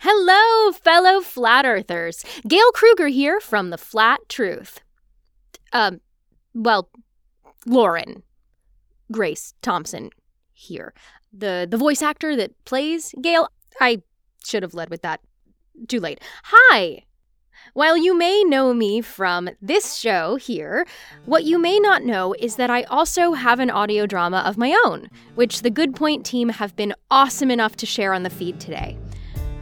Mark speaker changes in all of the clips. Speaker 1: Hello, fellow flat earthers. Gail Kruger here from The Flat Truth. Um, well, Lauren Grace Thompson here. The the voice actor that plays Gail. I should have led with that. Too late. Hi. While you may know me from this show here, what you may not know is that I also have an audio drama of my own, which the Good Point team have been awesome enough to share on the feed today.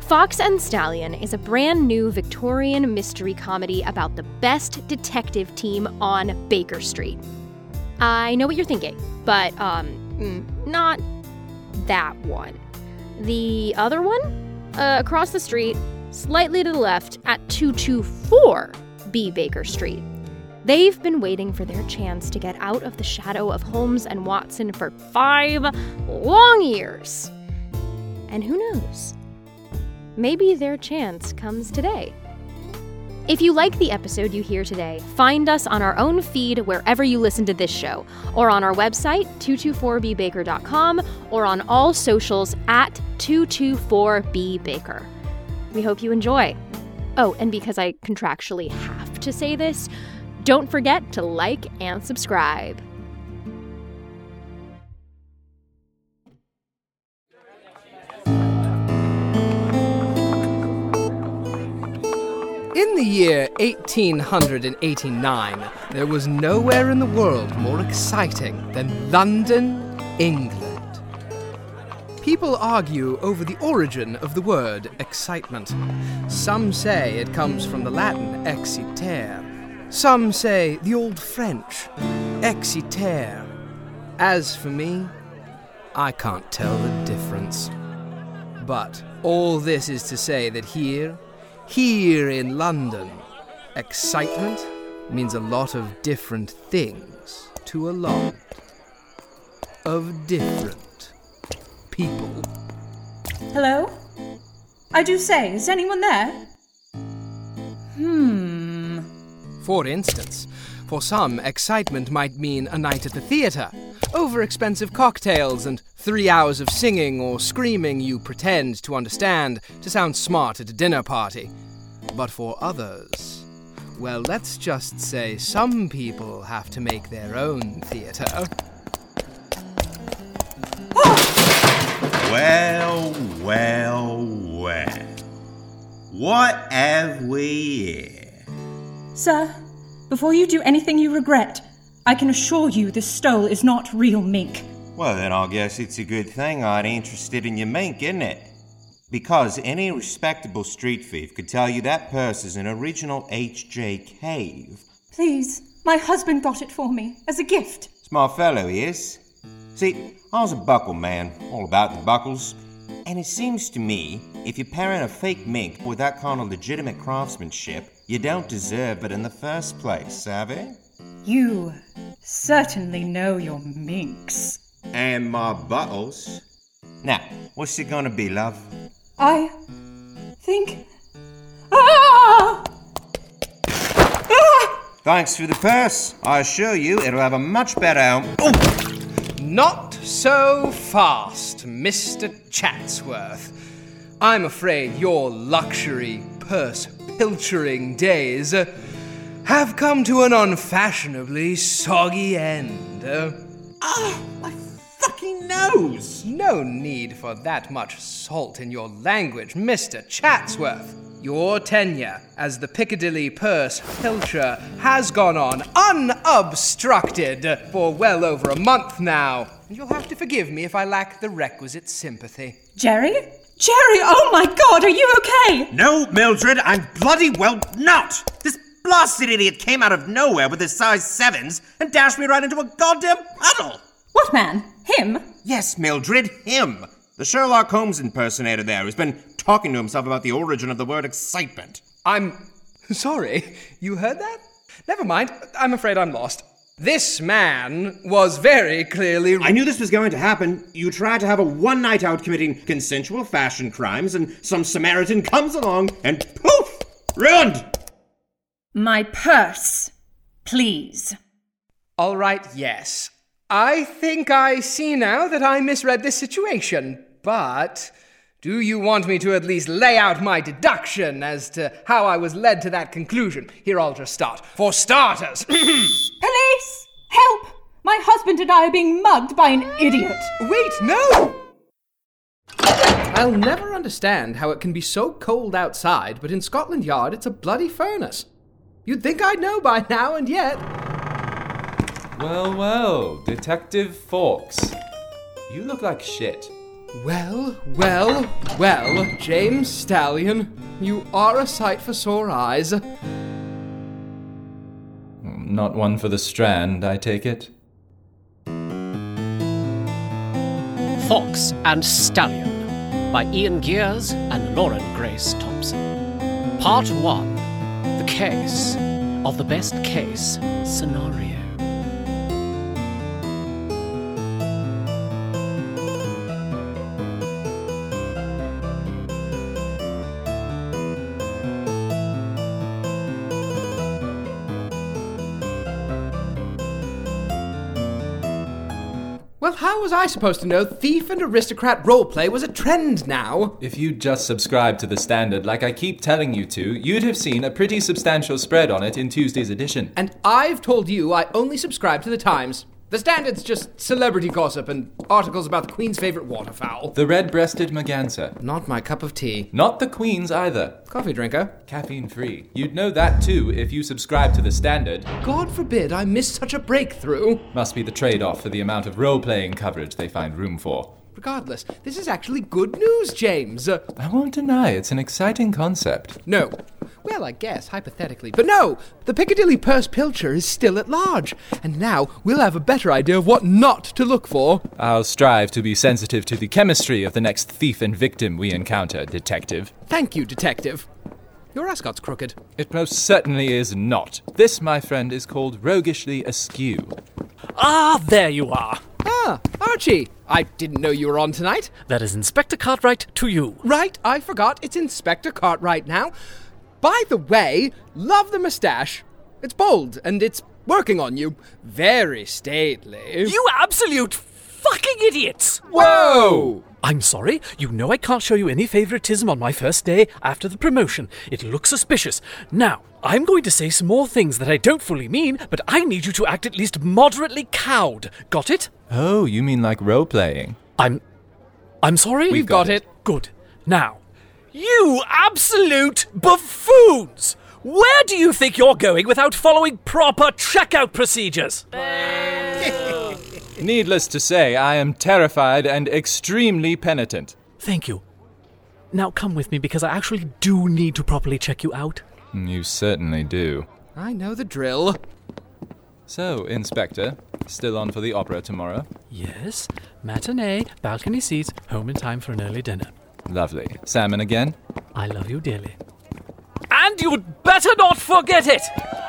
Speaker 1: Fox and Stallion is a brand new Victorian mystery comedy about the best detective team on Baker Street. I know what you're thinking, but um, mm, not that one. The other one? Uh, across the street, slightly to the left, at 224 B Baker Street. They've been waiting for their chance to get out of the shadow of Holmes and Watson for five long years. And who knows? Maybe their chance comes today. If you like the episode you hear today, find us on our own feed wherever you listen to this show, or on our website, 224bbaker.com, or on all socials at 224bbaker. We hope you enjoy. Oh, and because I contractually have to say this, don't forget to like and subscribe.
Speaker 2: In the year 1889, there was nowhere in the world more exciting than London, England. People argue over the origin of the word excitement. Some say it comes from the Latin excitare. Some say the old French excitare. As for me, I can't tell the difference. But all this is to say that here, here in London, excitement means a lot of different things to a lot of different people.
Speaker 3: Hello? I do say, is anyone there? Hmm.
Speaker 2: For instance, for some, excitement might mean a night at the theatre, over expensive cocktails, and three hours of singing or screaming you pretend to understand to sound smart at a dinner party. But for others, well, let's just say some people have to make their own theatre.
Speaker 4: Well, well, well. What have we here?
Speaker 3: Sir, before you do anything you regret, I can assure you this stole is not real mink.
Speaker 4: Well, then I guess it's a good thing I ain't interested in your mink, isn't it? Because any respectable street thief could tell you that purse is an original H.J. Cave.
Speaker 3: Please, my husband got it for me as a gift.
Speaker 4: Smart fellow he is. See, I was a buckle man, all about the buckles. And it seems to me, if you're pairing a fake mink with that kind of legitimate craftsmanship, you don't deserve it in the first place, savvy?
Speaker 3: You certainly know your minx.
Speaker 4: And my buttles. Now, what's it gonna be, love?
Speaker 3: I think. Ah! Ah!
Speaker 4: Thanks for the purse. I assure you, it'll have a much better home. Oh,
Speaker 2: Not so fast, Mr. Chatsworth. I'm afraid your luxury, purse pilchering days uh, have come to an unfashionably soggy end. Uh,
Speaker 4: Ah, my fucking nose!
Speaker 2: no need for that much salt in your language, Mr. Chatsworth. Your tenure as the Piccadilly purse pilcher has gone on unobstructed for well over a month now. And you'll have to forgive me if I lack the requisite sympathy.
Speaker 3: Jerry? Jerry, oh my god, are you okay?
Speaker 4: No, Mildred, I'm bloody well not! This blasted idiot came out of nowhere with his size sevens and dashed me right into a goddamn puddle!
Speaker 3: What man? Him?
Speaker 4: Yes, Mildred, him! The Sherlock Holmes impersonator there who's been talking to himself about the origin of the word excitement.
Speaker 2: I'm sorry, you heard that? Never mind, I'm afraid I'm lost. This man was very clearly.
Speaker 4: I knew this was going to happen. You try to have a one night out committing consensual fashion crimes, and some Samaritan comes along and poof! Ruined!
Speaker 3: My purse. Please.
Speaker 2: All right, yes. I think I see now that I misread this situation, but do you want me to at least lay out my deduction as to how I was led to that conclusion? Here, I'll just start. For starters,
Speaker 3: Police! Help! My husband and I are being mugged by an idiot.
Speaker 2: Wait, no! I'll never understand how it can be so cold outside, but in Scotland Yard it's a bloody furnace. You'd think I'd know by now, and yet.
Speaker 5: Well, well, Detective Fawkes. You look like shit.
Speaker 2: Well, well, well, James Stallion, you are a sight for sore eyes.
Speaker 5: Not one for the Strand, I take it.
Speaker 6: Fox and Stallion by Ian Gears and Lauren Grace Thompson. Part 1 The Case of the Best Case Scenario.
Speaker 2: Well, how was I supposed to know thief and aristocrat roleplay was a trend now?
Speaker 5: If you just subscribed to the standard like I keep telling you to, you'd have seen a pretty substantial spread on it in Tuesday's edition.
Speaker 2: And I've told you I only subscribe to the Times. The Standard's just celebrity gossip and articles about the Queen's favourite waterfowl.
Speaker 5: The red breasted Maganza.
Speaker 2: Not my cup of tea.
Speaker 5: Not the Queen's either.
Speaker 2: Coffee drinker.
Speaker 5: Caffeine free. You'd know that too if you subscribed to the standard.
Speaker 2: God forbid I miss such a breakthrough.
Speaker 5: Must be the trade off for the amount of role playing coverage they find room for.
Speaker 2: Regardless, this is actually good news, James. Uh,
Speaker 5: I won't deny it's an exciting concept.
Speaker 2: No. Well, I guess, hypothetically. But no! The Piccadilly purse pilcher is still at large. And now we'll have a better idea of what not to look for. Uh,
Speaker 5: I'll strive to be sensitive to the chemistry of the next thief and victim we encounter, Detective.
Speaker 2: Thank you, Detective. Your ascot's crooked.
Speaker 5: It most certainly is not. This, my friend, is called roguishly askew.
Speaker 6: Ah, there you are.
Speaker 2: Ah, Archie! I didn't know you were on tonight.
Speaker 6: That is Inspector Cartwright to you.
Speaker 2: Right, I forgot. It's Inspector Cartwright now. By the way, love the mustache. It's bold and it's working on you. Very stately.
Speaker 6: You absolute fucking idiots!
Speaker 2: Whoa!
Speaker 6: I'm sorry, you know I can't show you any favoritism on my first day after the promotion. It looks suspicious. Now, I'm going to say some more things that I don't fully mean, but I need you to act at least moderately cowed. Got it?
Speaker 5: Oh, you mean like role playing?
Speaker 6: I'm. I'm sorry?
Speaker 2: We've got it.
Speaker 6: Good. Now, you absolute buffoons! Where do you think you're going without following proper checkout procedures?
Speaker 5: Needless to say, I am terrified and extremely penitent.
Speaker 6: Thank you. Now come with me because I actually do need to properly check you out.
Speaker 5: You certainly do.
Speaker 2: I know the drill.
Speaker 5: So, Inspector, still on for the opera tomorrow?
Speaker 6: Yes, matinee, balcony seats, home in time for an early dinner.
Speaker 5: Lovely. Salmon again?
Speaker 6: I love you dearly. And you'd better not forget it!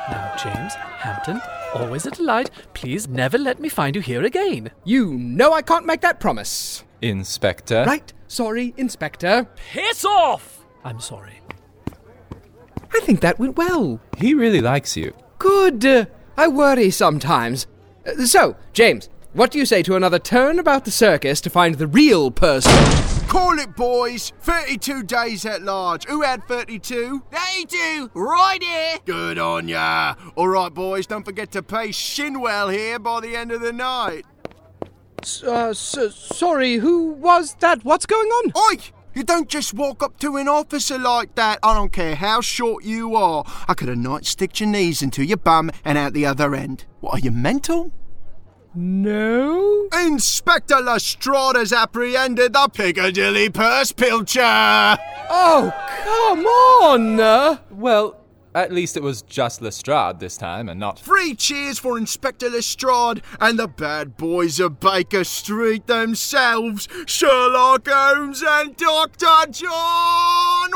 Speaker 6: Now, James, Hampton, always a delight. Please never let me find you here again.
Speaker 2: You know I can't make that promise.
Speaker 5: Inspector?
Speaker 2: Right, sorry, Inspector.
Speaker 6: Piss off! I'm sorry.
Speaker 2: I think that went well.
Speaker 5: He really likes you.
Speaker 2: Good. Uh, I worry sometimes. Uh, so, James, what do you say to another turn about the circus to find the real person?
Speaker 7: Call it, boys. 32 days at large. Who had 32? 32, right here. Good on ya. All right, boys, don't forget to pay Shinwell here by the end of the night. Oh,
Speaker 2: S- uh, s- sorry, who was that? What's going on?
Speaker 7: Ike, You don't just walk up to an officer like that. I don't care how short you are. I could have nightsticked your knees into your bum and out the other end. What are you mental?
Speaker 2: No?
Speaker 7: Inspector Lestrade has apprehended the Piccadilly purse pilcher.
Speaker 2: Oh, come on! uh.
Speaker 5: Well, at least it was just Lestrade this time and not.
Speaker 7: Three cheers for Inspector Lestrade and the bad boys of Baker Street themselves, Sherlock Holmes and Dr. Oh, John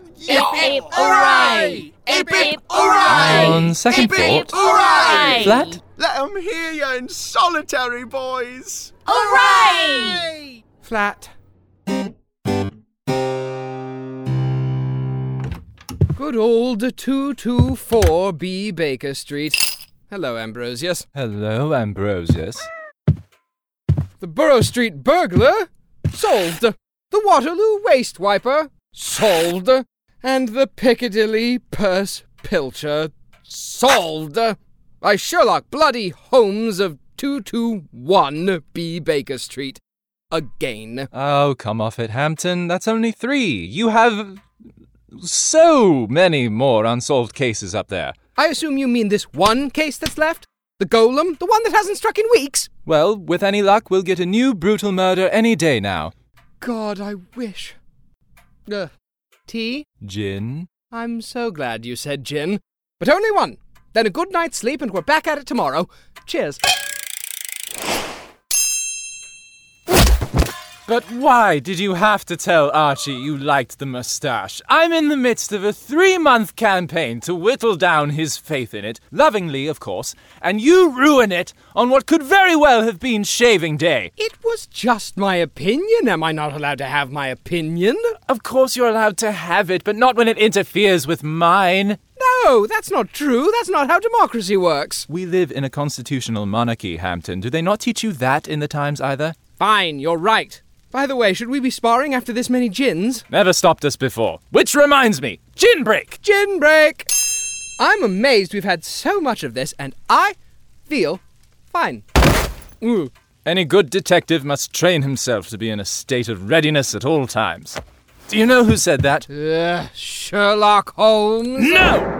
Speaker 7: Watson! Yip,
Speaker 1: hip, hooray! Hip, hip, hooray!
Speaker 5: On second
Speaker 7: Hip, hip,
Speaker 5: thought,
Speaker 7: hooray!
Speaker 5: flat
Speaker 7: Let 'em hear you in solitary, boys! Hooray!
Speaker 2: Flat. Good old 224B Baker Street. Hello, Ambrosius.
Speaker 5: Hello, Ambrosius.
Speaker 2: The Borough Street burglar? Solved. The Waterloo waste wiper? Solved. And the Piccadilly purse pilcher? Solved. By Sherlock Bloody Holmes of 221B Baker Street. Again.
Speaker 5: Oh, come off it, Hampton. That's only three. You have so many more unsolved cases up there.
Speaker 2: I assume you mean this one case that's left? The golem? The one that hasn't struck in weeks?
Speaker 5: Well, with any luck, we'll get a new brutal murder any day now.
Speaker 2: God, I wish. Uh, Ugh. T,
Speaker 5: Gin?
Speaker 2: I'm so glad you said gin. But only one. Then a good night's sleep and we're back at it tomorrow. Cheers.
Speaker 5: But why did you have to tell Archie you liked the mustache? I'm in the midst of a three month campaign to whittle down his faith in it, lovingly, of course, and you ruin it on what could very well have been shaving day.
Speaker 2: It was just my opinion. Am I not allowed to have my opinion?
Speaker 5: Of course, you're allowed to have it, but not when it interferes with mine.
Speaker 2: No, that's not true. That's not how democracy works.
Speaker 5: We live in a constitutional monarchy, Hampton. Do they not teach you that in the Times either?
Speaker 2: Fine, you're right. By the way, should we be sparring after this many gins?
Speaker 5: Never stopped us before. Which reminds me, gin break!
Speaker 2: Gin break! I'm amazed we've had so much of this, and I feel fine. Ooh.
Speaker 5: Any good detective must train himself to be in a state of readiness at all times. Do you know who said that?
Speaker 2: Ugh, Sherlock Holmes.
Speaker 5: No!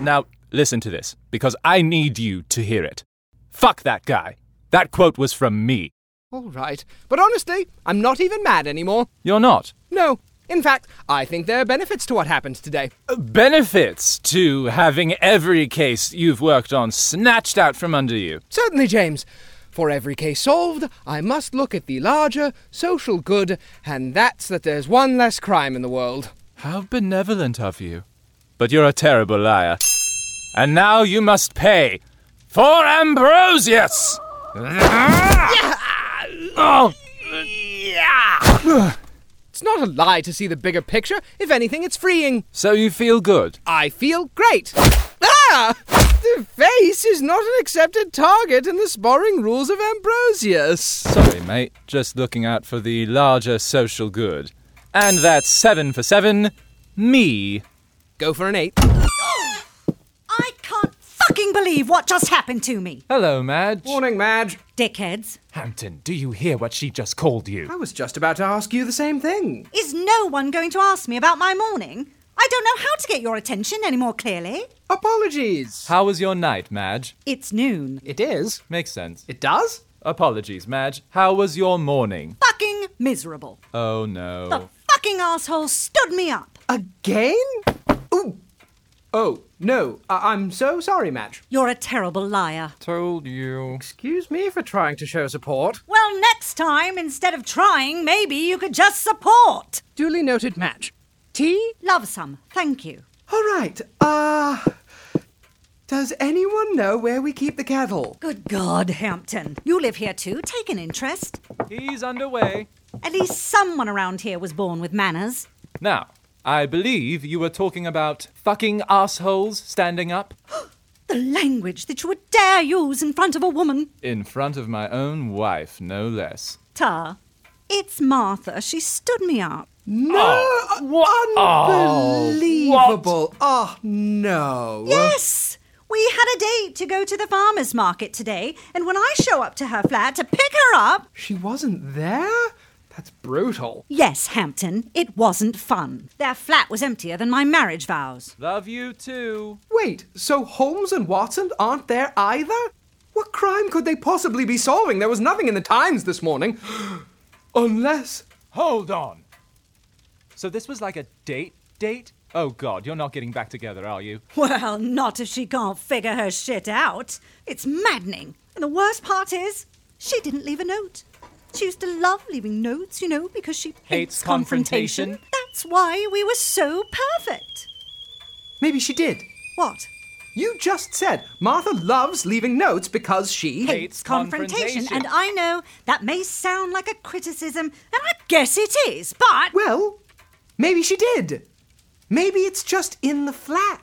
Speaker 5: Now, listen to this, because I need you to hear it. Fuck that guy. That quote was from me.
Speaker 2: All right, but honestly, I'm not even mad anymore.
Speaker 5: You're not.
Speaker 2: No, in fact, I think there are benefits to what happened today.
Speaker 5: Benefits to having every case you've worked on snatched out from under you.
Speaker 2: Certainly, James. For every case solved, I must look at the larger social good, and that's that there's one less crime in the world.
Speaker 5: How benevolent of you. But you're a terrible liar. And now you must pay for Ambrosius! Oh,
Speaker 2: It's not a lie to see the bigger picture. If anything, it's freeing.
Speaker 5: so you feel good?
Speaker 2: I feel great. Ah! The face is not an accepted target in the sparring rules of Ambrosius.
Speaker 5: Sorry, mate. Just looking out for the larger social good. And that's seven for seven. Me.
Speaker 2: Go for an eight.
Speaker 8: I can't fucking believe what just happened to me.
Speaker 5: Hello, Madge.
Speaker 2: Morning, Madge.
Speaker 8: Dickheads,
Speaker 5: Hampton, do you hear what she just called you?
Speaker 2: I was just about to ask you the same thing.
Speaker 8: is no one going to ask me about my morning? I don't know how to get your attention any more clearly.
Speaker 2: Apologies.
Speaker 5: How was your night, Madge?
Speaker 8: It's noon.
Speaker 2: It is.
Speaker 5: Makes sense.
Speaker 2: It does?
Speaker 5: Apologies, Madge. How was your morning?
Speaker 8: Fucking miserable.
Speaker 5: Oh no.
Speaker 8: The fucking asshole stood me up.
Speaker 2: Again? Ooh. Oh, no. I- I'm so sorry, Madge.
Speaker 8: You're a terrible liar.
Speaker 5: Told you.
Speaker 2: Excuse me for trying to show support.
Speaker 8: Well, next time, instead of trying, maybe you could just support.
Speaker 2: Duly noted, Madge. Tea?
Speaker 8: Love some. Thank you.
Speaker 2: All right. Uh. Does anyone know where we keep the cattle?
Speaker 8: Good God, Hampton. You live here too. Take an interest.
Speaker 5: He's underway.
Speaker 8: At least someone around here was born with manners.
Speaker 5: Now, I believe you were talking about fucking assholes standing up
Speaker 8: The language that you would dare use in front of a woman.
Speaker 5: in front of my own wife, no less.
Speaker 8: Ta. It's Martha. She stood me up.
Speaker 2: No! Unbelievable! Oh, no.
Speaker 8: Yes! We had a date to go to the farmer's market today, and when I show up to her flat to pick her up,
Speaker 2: She wasn't there? That's brutal.
Speaker 8: Yes, Hampton, it wasn't fun. Their flat was emptier than my marriage vows.
Speaker 5: Love you too.
Speaker 2: Wait, so Holmes and Watson aren't there either? What crime could they possibly be solving? There was nothing in the Times this morning. Unless.
Speaker 5: Hold on. So this was like a date date? Oh god, you're not getting back together, are you?
Speaker 8: Well, not if she can't figure her shit out. It's maddening. And the worst part is, she didn't leave a note. She used to love leaving notes, you know, because she hates,
Speaker 5: Hates confrontation.
Speaker 8: That's why we were so perfect.
Speaker 2: Maybe she did.
Speaker 8: What?
Speaker 2: You just said Martha loves leaving notes because she.
Speaker 5: Hates confrontation.
Speaker 8: And I know that may sound like a criticism, and I guess it is, but.
Speaker 2: Well, maybe she did. Maybe it's just in the flat.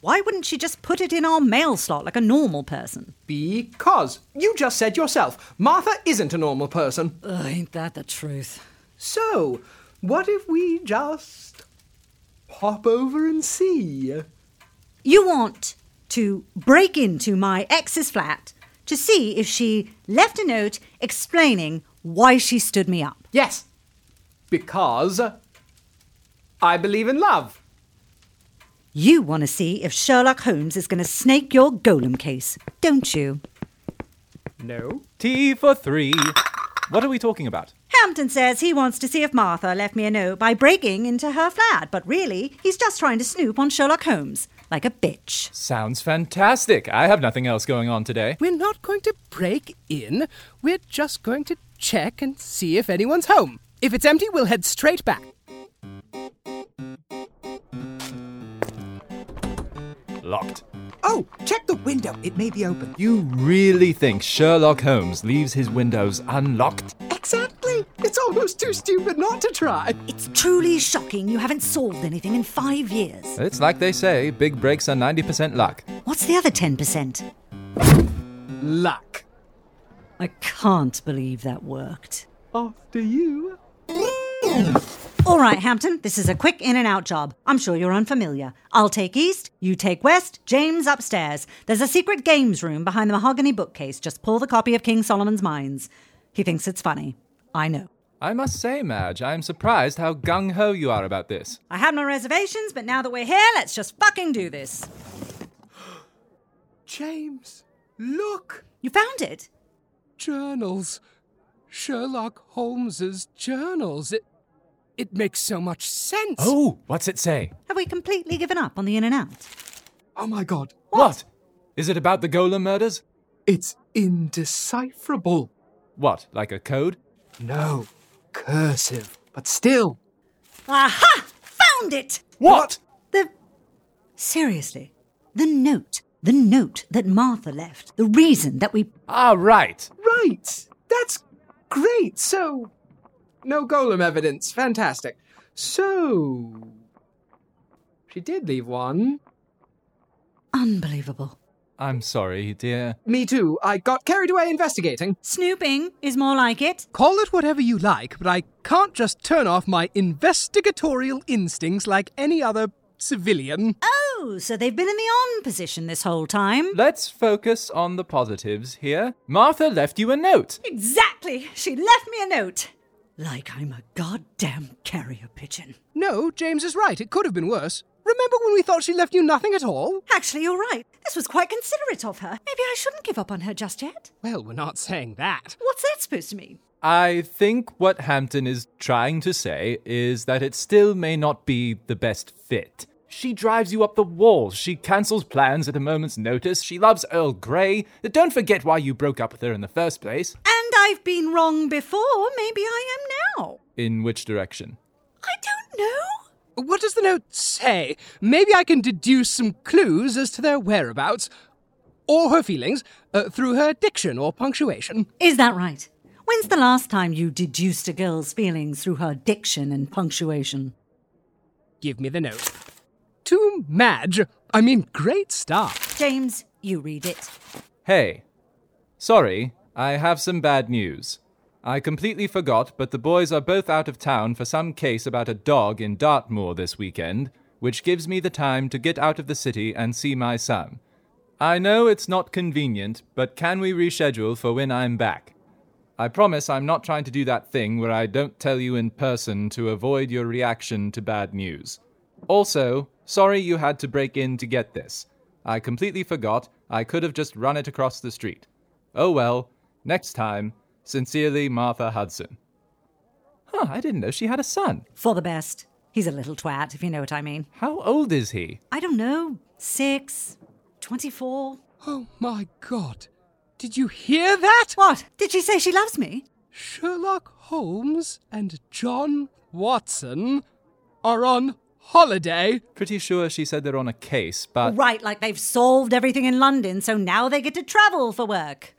Speaker 8: Why wouldn't she just put it in our mail slot like a normal person?
Speaker 2: Because you just said yourself, Martha isn't a normal person.
Speaker 8: Ugh, ain't that the truth?
Speaker 2: So, what if we just pop over and see?
Speaker 8: You want to break into my ex's flat to see if she left a note explaining why she stood me up.
Speaker 2: Yes, because I believe in love.
Speaker 8: You want to see if Sherlock Holmes is going to snake your golem case, don't you?
Speaker 2: No.
Speaker 5: T for 3. What are we talking about?
Speaker 8: Hampton says he wants to see if Martha left me a note by breaking into her flat, but really, he's just trying to snoop on Sherlock Holmes like a bitch.
Speaker 5: Sounds fantastic. I have nothing else going on today.
Speaker 2: We're not going to break in. We're just going to check and see if anyone's home. If it's empty, we'll head straight back.
Speaker 5: Locked.
Speaker 2: Oh, check the window. It may be open.
Speaker 5: You really think Sherlock Holmes leaves his windows unlocked?
Speaker 2: Exactly. It's almost too stupid not to try.
Speaker 8: It's truly shocking you haven't solved anything in five years.
Speaker 5: It's like they say big breaks are 90% luck.
Speaker 8: What's the other 10%?
Speaker 2: Luck.
Speaker 8: I can't believe that worked.
Speaker 2: After you.
Speaker 8: All right, Hampton, this is a quick in and out job. I'm sure you're unfamiliar. I'll take East, you take West, James upstairs. There's a secret games room behind the mahogany bookcase. Just pull the copy of King Solomon's Mines. He thinks it's funny. I know.
Speaker 5: I must say, Madge, I am surprised how gung ho you are about this.
Speaker 8: I had my reservations, but now that we're here, let's just fucking do this.
Speaker 2: James, look.
Speaker 8: You found it?
Speaker 2: Journals. Sherlock Holmes's journals. It, it makes so much sense.
Speaker 5: Oh, what's it say?
Speaker 8: Have we completely given up on the in and out?
Speaker 2: oh my god.
Speaker 5: What? Is it about the Golem murders?
Speaker 2: It's indecipherable.
Speaker 5: What, like a code?
Speaker 2: No, cursive, but still.
Speaker 8: Aha! Found it!
Speaker 5: What?
Speaker 8: The. Seriously, the note. The note that Martha left. The reason that we.
Speaker 5: Ah, right.
Speaker 2: Right, that's great. So, no golem evidence. Fantastic. So, she did leave one.
Speaker 8: Unbelievable.
Speaker 5: I'm sorry, dear.
Speaker 2: Me too. I got carried away investigating.
Speaker 8: Snooping is more like it.
Speaker 2: Call it whatever you like, but I can't just turn off my investigatorial instincts like any other civilian.
Speaker 8: Oh, so they've been in the on position this whole time.
Speaker 5: Let's focus on the positives here. Martha left you a note.
Speaker 8: Exactly. She left me a note. Like I'm a goddamn carrier pigeon.
Speaker 2: No, James is right. It could have been worse. Remember when we thought she left you nothing at all?
Speaker 8: Actually, you're right. This was quite considerate of her. Maybe I shouldn't give up on her just yet.
Speaker 2: Well, we're not saying that.
Speaker 8: What's that supposed to mean?
Speaker 5: I think what Hampton is trying to say is that it still may not be the best fit. She drives you up the wall. She cancels plans at a moment's notice. She loves Earl Grey. Don't forget why you broke up with her in the first place.
Speaker 8: And I've been wrong before. Maybe I am now.
Speaker 5: In which direction?
Speaker 8: I don't know.
Speaker 2: What does the note say? Maybe I can deduce some clues as to their whereabouts or her feelings uh, through her diction or punctuation.
Speaker 8: Is that right? When's the last time you deduced a girl's feelings through her diction and punctuation?
Speaker 2: Give me the note. To Madge. I mean, great start.
Speaker 8: James, you read it.
Speaker 5: Hey, sorry, I have some bad news. I completely forgot, but the boys are both out of town for some case about a dog in Dartmoor this weekend, which gives me the time to get out of the city and see my son. I know it's not convenient, but can we reschedule for when I'm back? I promise I'm not trying to do that thing where I don't tell you in person to avoid your reaction to bad news. Also, sorry you had to break in to get this. I completely forgot. I could have just run it across the street. Oh well, next time. Sincerely, Martha Hudson. Huh, I didn't know she had a son.
Speaker 8: For the best. He's a little twat, if you know what I mean.
Speaker 5: How old is he?
Speaker 8: I don't know, six, 24.
Speaker 2: Oh my god. Did you hear that?
Speaker 8: What? Did she say she loves me?
Speaker 2: Sherlock Holmes and John Watson are on holiday.
Speaker 5: Pretty sure she said they're on a case, but.
Speaker 8: Right, like they've solved everything in London, so now they get to travel for work.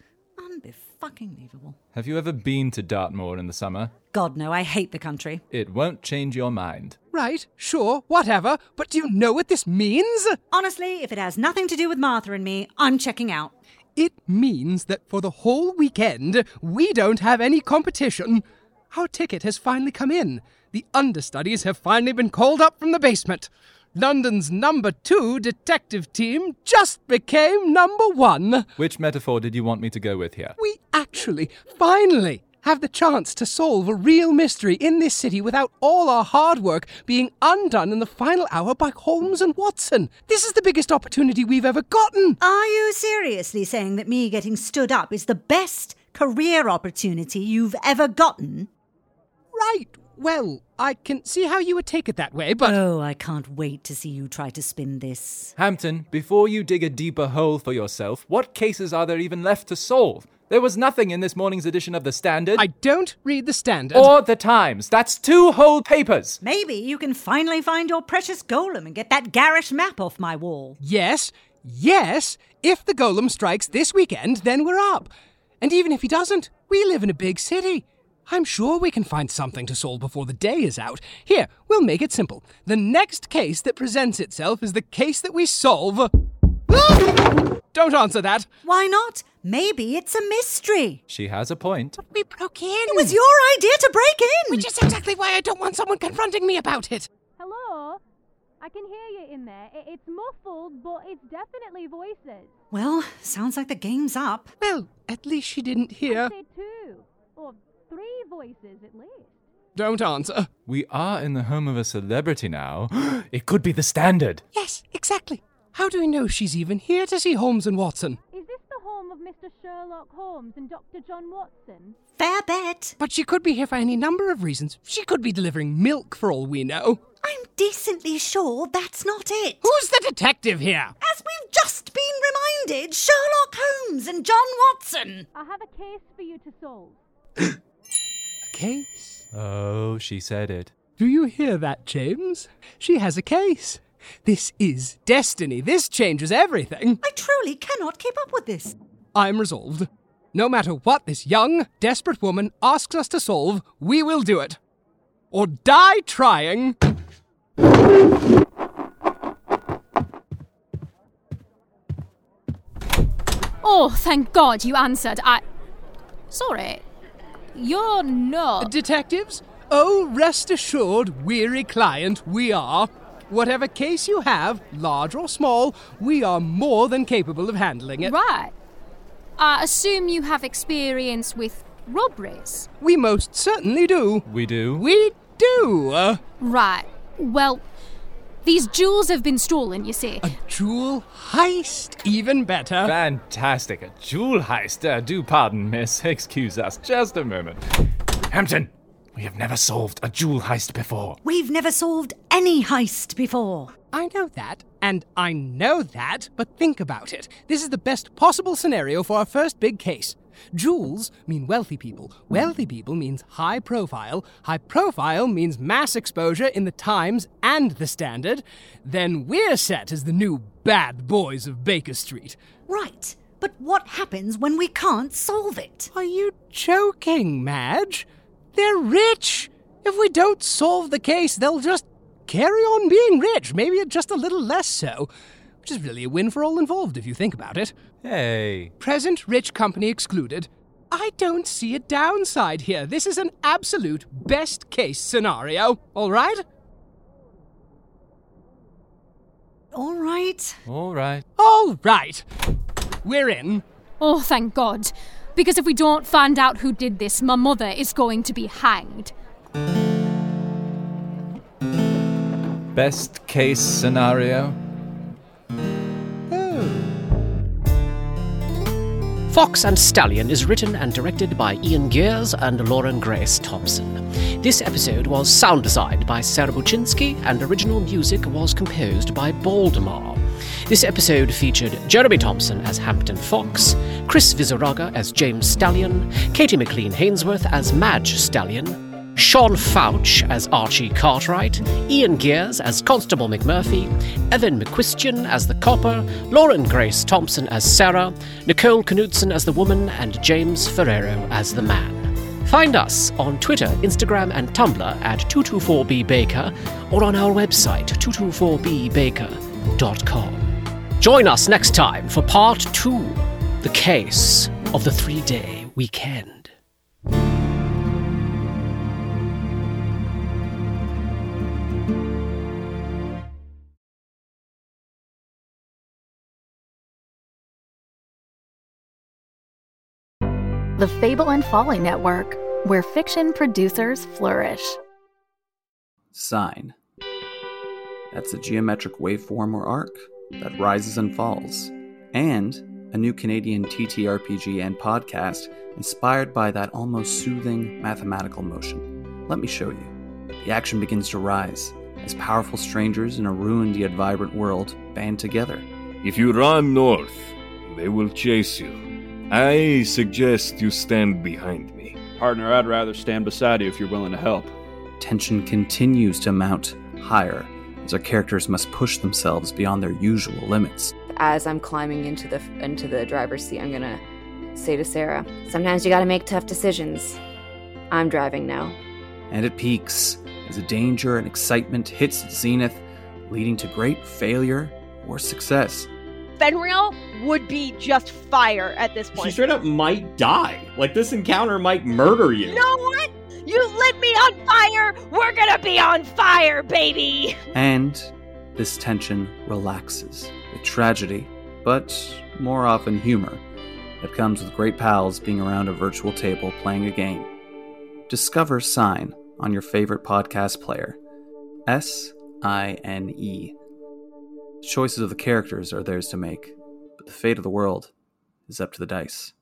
Speaker 8: Unbefucking believable.
Speaker 5: Have you ever been to Dartmoor in the summer?
Speaker 8: God, no, I hate the country.
Speaker 5: It won't change your mind.
Speaker 2: Right, sure, whatever, but do you know what this means?
Speaker 8: Honestly, if it has nothing to do with Martha and me, I'm checking out.
Speaker 2: It means that for the whole weekend, we don't have any competition. Our ticket has finally come in. The understudies have finally been called up from the basement. London's number two detective team just became number one.
Speaker 5: Which metaphor did you want me to go with here?
Speaker 2: We actually, finally, have the chance to solve a real mystery in this city without all our hard work being undone in the final hour by Holmes and Watson. This is the biggest opportunity we've ever gotten.
Speaker 8: Are you seriously saying that me getting stood up is the best career opportunity you've ever gotten?
Speaker 2: Right. Well, I can see how you would take it that way, but.
Speaker 8: Oh, I can't wait to see you try to spin this.
Speaker 5: Hampton, before you dig a deeper hole for yourself, what cases are there even left to solve? There was nothing in this morning's edition of The Standard.
Speaker 2: I don't read The Standard.
Speaker 5: Or The Times. That's two whole papers.
Speaker 8: Maybe you can finally find your precious golem and get that garish map off my wall.
Speaker 2: Yes, yes. If the golem strikes this weekend, then we're up. And even if he doesn't, we live in a big city. I'm sure we can find something to solve before the day is out. Here, we'll make it simple. The next case that presents itself is the case that we solve. Don't answer that.
Speaker 8: Why not? Maybe it's a mystery.
Speaker 5: She has a point.
Speaker 2: But we broke in.
Speaker 8: It was your idea to break in.
Speaker 2: Which is exactly why I don't want someone confronting me about it.
Speaker 9: Hello? I can hear you in there. It- It's muffled, but it's definitely voices.
Speaker 8: Well, sounds like the game's up.
Speaker 2: Well, at least she didn't hear.
Speaker 9: I'd say two, or three voices at least.
Speaker 2: Don't answer.
Speaker 5: We are in the home of a celebrity now. it could be The Standard.
Speaker 2: Yes, exactly. How do we know she's even here to see Holmes and Watson?
Speaker 9: Is this the home of Mr. Sherlock Holmes and Dr. John Watson?
Speaker 8: Fair bet.
Speaker 2: But she could be here for any number of reasons. She could be delivering milk for all we know.
Speaker 8: I'm decently sure that's not it.
Speaker 2: Who's the detective here?
Speaker 8: As we've just been reminded, Sherlock Holmes and John Watson.
Speaker 9: I have a case for you to solve.
Speaker 2: A case?
Speaker 5: Oh, she said it.
Speaker 2: Do you hear that, James? She has a case. This is destiny. This changes everything.
Speaker 8: I truly cannot keep up with this.
Speaker 2: I'm resolved. No matter what this young, desperate woman asks us to solve, we will do it. Or die trying.
Speaker 1: Oh, thank God you answered. I. Sorry. You're not.
Speaker 2: Detectives? Oh, rest assured, weary client, we are. Whatever case you have, large or small, we are more than capable of handling it.
Speaker 1: right. I assume you have experience with robberies.
Speaker 2: We most certainly do.
Speaker 5: We do.
Speaker 2: We do. Uh,
Speaker 1: Right. Well, these jewels have been stolen, you see.
Speaker 2: a jewel heist, even better.
Speaker 5: Fantastic. A jewel heist. Uh, do pardon, miss. Excuse us. Just a moment. Hampton, we have never solved a jewel heist before.
Speaker 8: We've never solved any heist before.
Speaker 2: I know that, and I know that, but think about it. This is the best possible scenario for our first big case. Jewels mean wealthy people. Wealthy people means high profile. High profile means mass exposure in the Times and the Standard. Then we're set as the new bad boys of Baker Street.
Speaker 8: Right, but what happens when we can't solve it?
Speaker 2: Are you joking, Madge? They're rich! If we don't solve the case, they'll just carry on being rich, maybe just a little less so. Which is really a win for all involved if you think about it.
Speaker 5: Hey.
Speaker 2: Present rich company excluded. I don't see a downside here. This is an absolute best case scenario, all right?
Speaker 8: All right.
Speaker 5: All right.
Speaker 2: All right. We're in.
Speaker 1: Oh, thank God.
Speaker 10: because if we don't find out who did this, my mother is going to be hanged.
Speaker 5: Best case scenario?
Speaker 11: Fox and Stallion is written and directed by Ian Gears and Lauren Grace Thompson. This episode was sound designed by Sarah Buczynski and original music was composed by Baldemar. This episode featured Jeremy Thompson as Hampton Fox, Chris Vizaraga as James Stallion, Katie McLean Hainsworth as Madge Stallion, Sean Fouch as Archie Cartwright, Ian Gears as Constable McMurphy, Evan McQuistion as the Copper, Lauren Grace Thompson as Sarah, Nicole Knudsen as the Woman, and James Ferrero as the Man. Find us on Twitter, Instagram, and Tumblr at 224bbaker or on our website, 224bbaker.com. Join us next time for part two the case of the three day weekend.
Speaker 12: The Fable and Folly Network, where fiction producers flourish.
Speaker 13: Sine. That's a geometric waveform or arc that rises and falls, and a new Canadian TTRPG and podcast inspired by that almost soothing mathematical motion. Let me show you. The action begins to rise as powerful strangers in a ruined yet vibrant world band together.
Speaker 14: If you run north, they will chase you. I suggest you stand behind me.
Speaker 15: Partner, I'd rather stand beside you if you're willing to help.
Speaker 13: Tension continues to mount higher as our characters must push themselves beyond their usual limits.
Speaker 16: As I'm climbing into the into the driver's seat, I'm gonna say to Sarah, "Sometimes you gotta make tough decisions. I'm driving now."
Speaker 13: And it peaks as the danger and excitement hits its zenith, leading to great failure or success.
Speaker 17: Fenrir would be just fire at this point.
Speaker 18: She straight up might die. Like this encounter might murder
Speaker 17: You
Speaker 18: you.
Speaker 17: know what? You lit me on fire. We're gonna be on fire, baby.
Speaker 13: And this tension relaxes with tragedy, but more often humor, that comes with great pals being around a virtual table playing a game. Discover Sign on your favorite podcast player S I N E. The choices of the characters are theirs to make, but the fate of the world is up to the dice.